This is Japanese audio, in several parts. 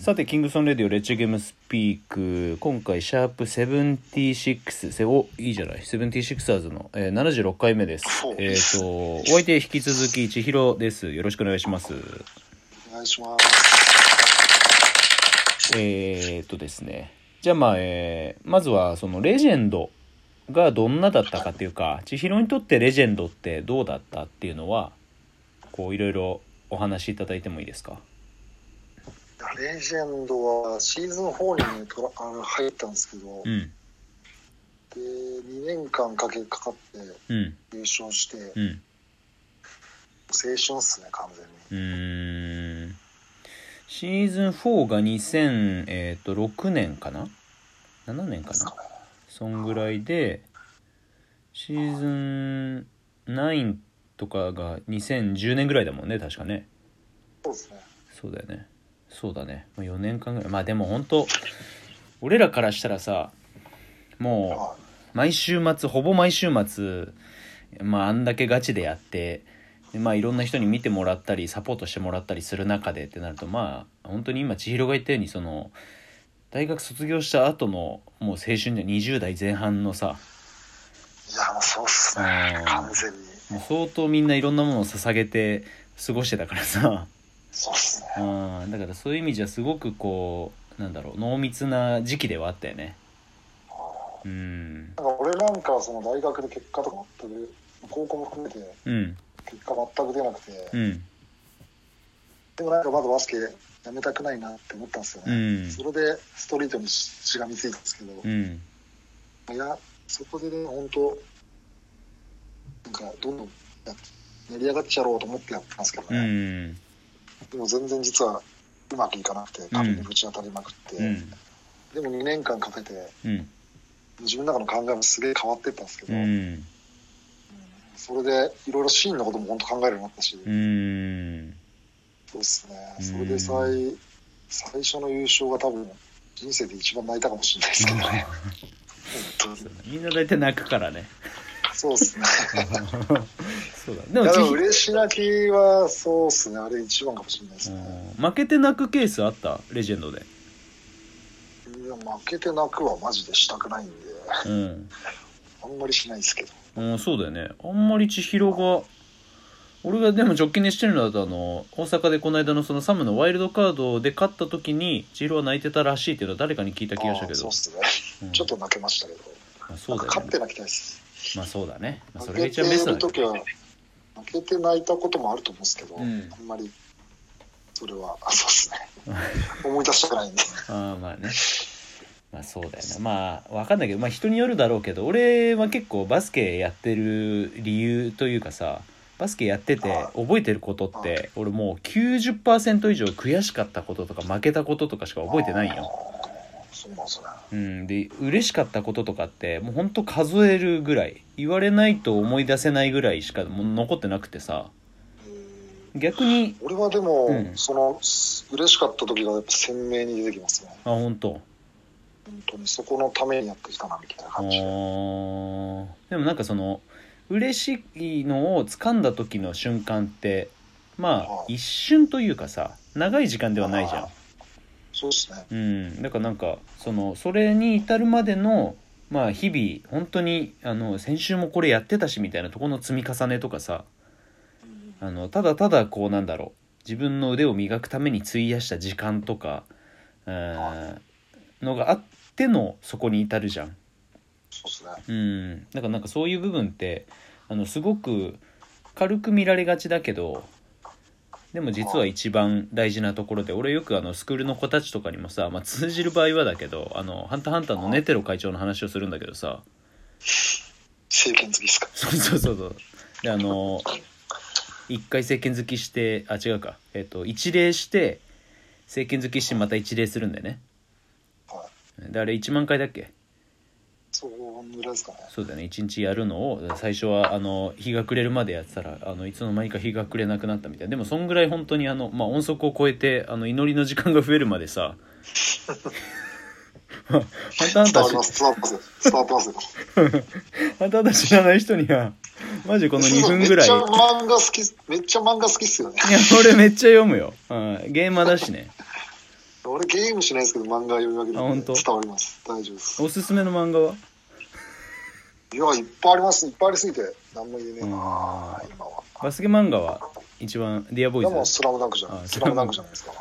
さて、キングソンレディオ、レッチゲームスピーク、今回、シャープ76、セお、いいじゃない、セブンティシクサーズの、えー、76回目ですそう。えっ、と、お相手引き続き、千尋です。よろしくお願いします。お願いします。えー、っとですね、じゃあまあ、えーまずは、その、レジェンドがどんなだったかっていうか、千尋にとってレジェンドってどうだったっていうのは、こう、いろいろお話しいただいてもいいですかレジェンドはシーズン4に、ね、とらあの入ったんですけど、うでん、 2年間かけてかかってうん、優勝して、青うん。春っすね、完全うに。ーんシーズン4が2006年かな7年かですかなね。そんぐらいでシーズン9とかが2010年ぐらいだもんね確かねそうですね。そうだよねそうだねもう4年間ぐらいまあでも本当俺らからしたらさもうは毎週末ほぼ毎週末、まあ、あんだけガチでやってで、まあ、いろんな人に見てもらったりサポートしてもらったりする中でってなるとまあ本当に今千尋が言ったようにその大学卒業した後のもう青春で20代前半のさい。いや、もうそうっすうねん、完全に。もう相当みんないろんなものを捧げて過ごしてたからさ そうっすね。うんだからそういう意味じゃすごくこうなんだろう濃密な時期ではあったよねうんなんか俺なんかその大学で結果とか全く、高校も含めてうん結果全く出なくて、うんでもなんかまだバスケやめたくないなって思ったんですようね。んそれでストリートにししがみついたんですけど、うんいや、そこでね、本当、なんか、どんどんやっやり上がっちゃろうと思ってやったんですけどうね、んでも全然実はうまくいかなくて、壁にぶち当たりまくって、うんでも2年間かけて、うん自分の中の考えもすげえ変わっていったんですけうど、んそれでいろいろシーンのことも本当考えるようになったし、うーんそうですね、うんそれで最最初の優勝が多分、人生で一番泣いたかもしれないですけどね、本当に。みんな大体泣くから ねそうですね。そう だでいもやでもち嬉し泣きはそうっすねあれ一番かもしれないですね、うん負けて泣くケースあったレジェンドでいや負けて泣くはマジでしたくないんでうん、あんまりしないですけどうん、そうだよねあんまり千尋が俺がでも直近でしてるのだとあの大阪でこの間のそのサムのワイルドカードで勝った時に千尋は泣いてたらしいっていうのは誰かに聞いた気がしたけあーそどうっすね、うんちょっと泣けましたけどまあ、そうだなんかよ勝ってね泣きたいですまあそうだね、まあ、そ負れがけ一て番ベストるだ時けどは負けて泣いたこともあると思うんですけど、うんあんまりそれはあそうっ すね思い出したくないんでああまあねまあそうだよねまあわかんないけどまあ人によるだろうけど俺は結構バスケやってる理由というかさバスケやってて覚えてることって俺もう90%以上悔しかったこととか負けたこととかしか覚えてないんよ。あーそうなんですねうん、で嬉しかったこととかってもうほんと数えるぐらい言われないと思い出せないぐらいしかもう残ってなくてさうん逆に俺はでも、うんそのす嬉しかった時がやっぱ鮮明に出てきますねあ本当本当にそこのためにやってきたなみたいなあ感じでーでもなんかその嬉しいのを掴んだ時の瞬間ってまあはあ一瞬というかさ長い時間ではないじゃあそうですねん、うん、だからなんかそのそれに至るまでのまあ日々本当にあの先週もこれやってたしみたいなところの積み重ねとかさうんあのただただこうなんだろう自分の腕を磨くために費やした時間とか、うんはのがあってのそこに至るじゃん。そうですねうん、だからなんかそういう部分ってあのすごく軽く見られがちだけどでも実は一番大事なところで俺よくあのスクールの子たちとかにもさ、まあ、通じる場合はだけど「あのハンターハンター」のネテロ会長の話をするんだけどさ政権好きですかそうそうそうそうであの一回政権好きしてあ違うか、えっと一礼して政権好きしてまた一礼するんだよねはいであれ1万回だっけそこぐらいですかねそうだね一日やるのを最初はあの日が暮れるまでやってたらあのいつの間にか日が暮れなくなったみたいなでもそんぐらい本当にあの、まあ、音速を超えてあの祈りの時間が増えるまでさ まあハンターハンタ伝わりーましす伝わってますよ伝わってますよハンターハンター知らない人にはマジこの2分ぐらいいめっやちゃ漫画好きめっちゃ漫画好きっすよね俺めっちゃ読むよ、うん、ゲーマーだしねあ俺ゲームしないですけど漫画読み上げるあ本ん当で伝わります大丈夫ですおすすめの漫画はいやいっぱいありますいっぱいありすぎて何も言えねえなあー今はバスケ漫画は一番ディアボでもーうイズスラムダンクじゃなあいスラムダンクじゃないですか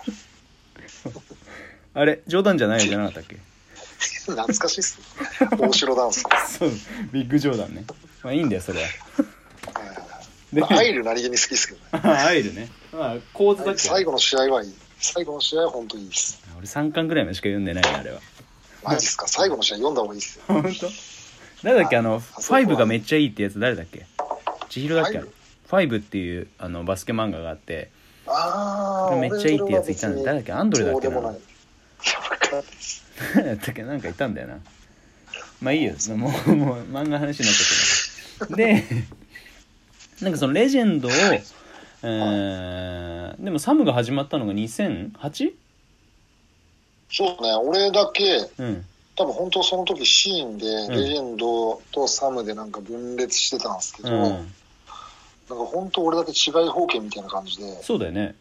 あれ冗談じゃないじゃなかったっけ懐かしいっすね 大城ダ ンスはそうビッグ冗談ねまあいいんだよそれはいはいはいで まあアイル何気に好きですけどねあ アイルねまあ構図だっけ最後の試合はいい最後の試合は本当いいっす俺3巻ぐらいまでしか読んでないねあれはマジっすか最後の試合読んだ方がいいっすよ本 当誰だっけあのあそう5がめっちゃいいってやつ誰だっけ千尋だっけファイブ5っていうあのバスケ漫画があってああめっちゃいいってやついたんだ誰だっけアンドレだっけなそうでもないいやわかんないっす誰だったっけなんかいたんだよなまあいいよもうもう漫画の話になっちゃったけどでなんかそのレジェンドをえー、でもサムが始まったのが 2008? そうね俺だけうん多分本当その時シーンでんレジェンドとサムでなんか分裂してたんですけうど、なんかん本当俺だけ違い方形みたいな感じでそうだよね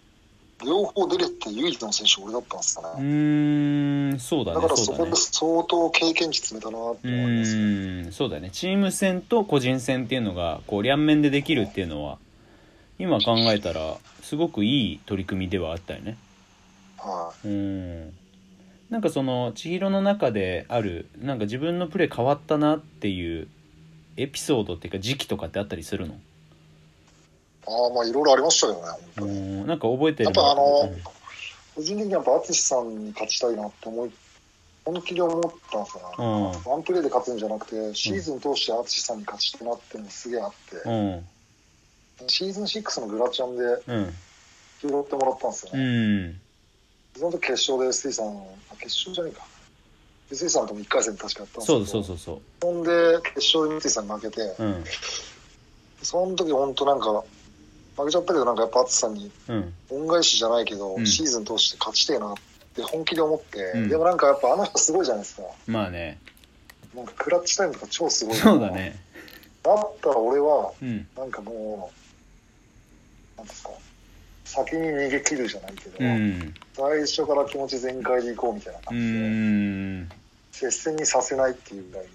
両方出れて唯一の選手俺だったんですかうね、ーんそうだだかねらそそうだこねで相当経験値詰めたなってう思いますねーんそうだよねチーム戦と個人戦っていうのがこう両面でできるっていうのは今考えたらすごくいい取り組みではあったよねはうんなんかその千尋の中であるなんか自分のプレー変わったなっていうエピソードっていうか時期とかってあったりするのい、ああまあいろいろありましたけどね本当うに、んなんか覚えてるやっぱあの個人的にやっぱ淳さんに勝ちたいなって思い本気で思ったんですよね、うんワンプレーで勝つんじゃなくてシーズン通して淳さんに勝ちたいなっていうのすげえあって、うんシーズン6のグラチャンでうん拾ってもらったんですよね、うんその時決勝で SE さん、あ決勝じゃないか。SE さんとも1回戦確かやったんですけそうど、だそうそうそほんで、決勝で SE さんに負けて、ううんその時本当なんか、負けちゃったけど、なんかやっぱ淳さんにうん恩返しじゃないけど、うんシーズン通して勝ちてえなって本気で思って、うんでもなんかやっぱあの人すごいじゃないですか。まあねなんかクラッチタイムとか超すごい。そうだ。ねだったら俺は、うんなんかもう、なんですか、先に逃げ切るじゃないけど、うん最初から気持ち全開でいこうみたいなう感じで。ん接戦にさせないっていうぐらい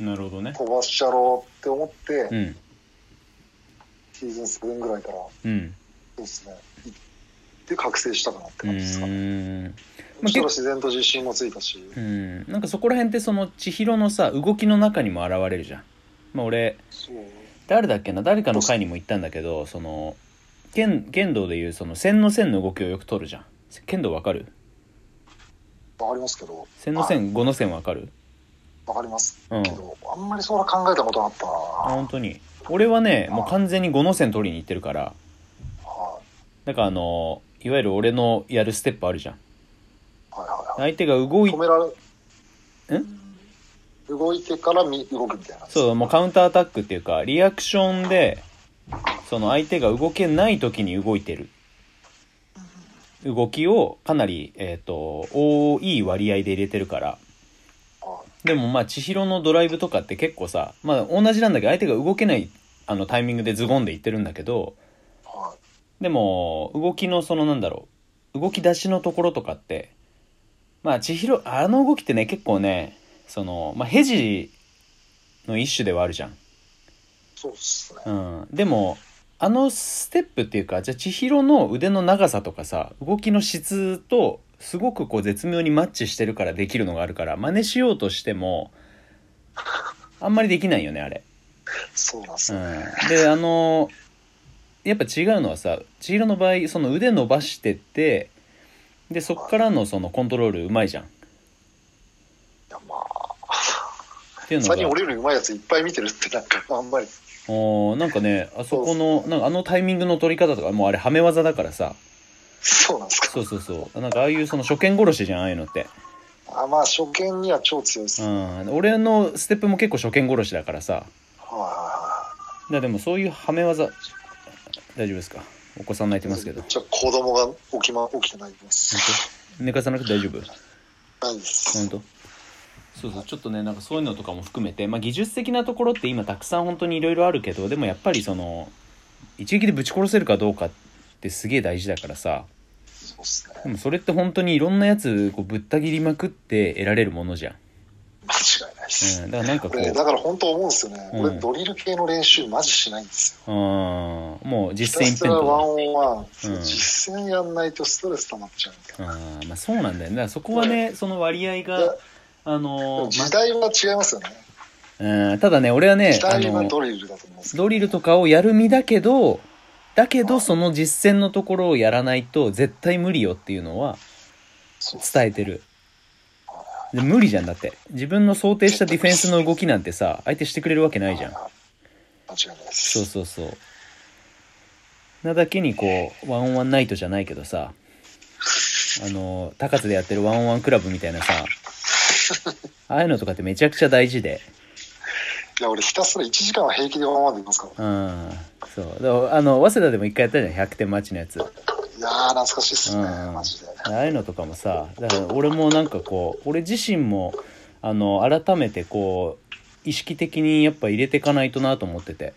になるほどね飛ばしちゃろうって思って、うんシーズン7ぐらいからそうんうですねいって覚醒したかなってう感じですかね、ーんそしたら自然と自信もついたし、うんなんかそこら辺ってその千尋のさ動きの中にも現れるじゃん、まあ、俺そう誰だっけな誰かの回にも言ったんだけどその剣剣道でいうその線の線の動きをよく取るじゃん剣道わかるわかりますけど線の線五の線わかるわかりますうんけど、あんまりそんな考えたことなかったなあ本当に俺はねもう完全に五の線取りに行ってるからはだからあのいわゆる俺のやるステップあるじゃんいはいはいは相手が動いい止められん動いてからみ動くみたいなそうもうカウンターアタックっていうかリアクションでその相手が動けない時に動いてる動きをかなり、えー、と多い割合で入れてるからはでもまあ千尋のドライブとかって結構さ、まあ、同じなんだけど相手が動けないあのタイミングでズゴンでいってるんだけどいはでも動きのそのなんだろう動き出しのところとかってまあ千尋あの動きってね結構ねその、まあ、ヘジの一種ではあるじゃん。いそうっすねうん、でもあのステップっていうかじゃあ千尋の腕の長さとかさ動きの質とすごくこう絶妙にマッチしてるからできるのがあるから真似しようとしてもあんまりできないよねあれ。そうなんですうね、ん、であのやっぱ違うのはさ千尋の場合その腕伸ばしてってでそっからのそのコントロールうまいじゃん。っいやまあていうの最近が俺より上手いやついっぱい見てるってなんかあんまりおーなんかねあそこのなんかあのタイミングの取り方とかもうあれはめ技だからさ。そうなんですかそうそうそうなんかああいうその初見殺しじゃんああいうのって、あまあ初見には超強いです、うはいん、俺のステップも結構初見殺しだからさはだでもそういうはめ技大丈夫ですかお子さん泣いいてますけどじゃあ子供が起き,、ま、起きてないです寝かさなくて大丈夫ないです、本当そうそうちょっとねなんかそういうのとかも含めて、まあ、技術的なところって今たくさん本当にいろいろあるけどでもやっぱりその一撃でぶち殺せるかどうかってすげえ大事だからさそうっすでね。もそれって本当にいろんなやつこうぶった切りまくって得られるものじゃん、間違いないです。うん、だからなんかこう俺、だから本当思うんですよね。うん俺、ドリル系の練習マジしないんですよ。あーもうひ実た践一す辺ら倒ワンだオンワン、うん実践やんないとストレス溜まっちゃうんだよあーまあそうなんだよねだからそこはねその割合いがやあでものー時代は違いますよね。まうんただね俺はね時あ代はのドリルだと思うんですけど。ドリルとかをやる身だけどだけどその実践のところをやらないと絶対無理よっていうのはそう伝えてるで無理じゃんだって自分の想定したディフェンスの動きなんてさ相手してくれるわけないじゃん間違いないでそうす。そうそうなだけにこうワンオンワンナイトじゃないけどさあの高津でやってるワンオンワンクラブみたいなさああいうのとかってめちゃくちゃ大事でいや、俺ひたすら1時間は平気でワンワンでいますから。うんそうだからあの早稲田でも一回やったじゃん100点待ちのやついやー、懐かしいっすね、うんマジで。ああいうのとかもさだから俺もなんかこう俺自身もあの改めてこう意識的にやっぱ入れていかないとなと思ってて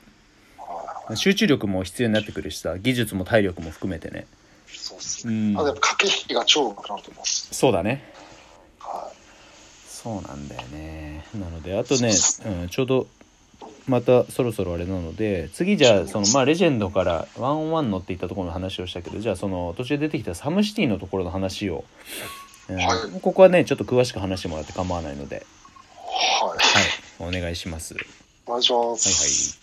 集中力も必要になってくるしさ技術も体力も含めてねそうっすうね。んあとやっぱ駆け引きが超うまくなると思います。そうだねはそうなんだよねなのであとねそ、うん、ちょうどまたそろそろあれなので次じゃあそのまあレジェンドからワンオンワンのっていったところの話をしたけどじゃあその途中で出てきたサムシティのところの話を、うんはいここはねちょっと詳しく話してもらって構わないのでい。はい。はいお願いします。はいお願いしまはいす。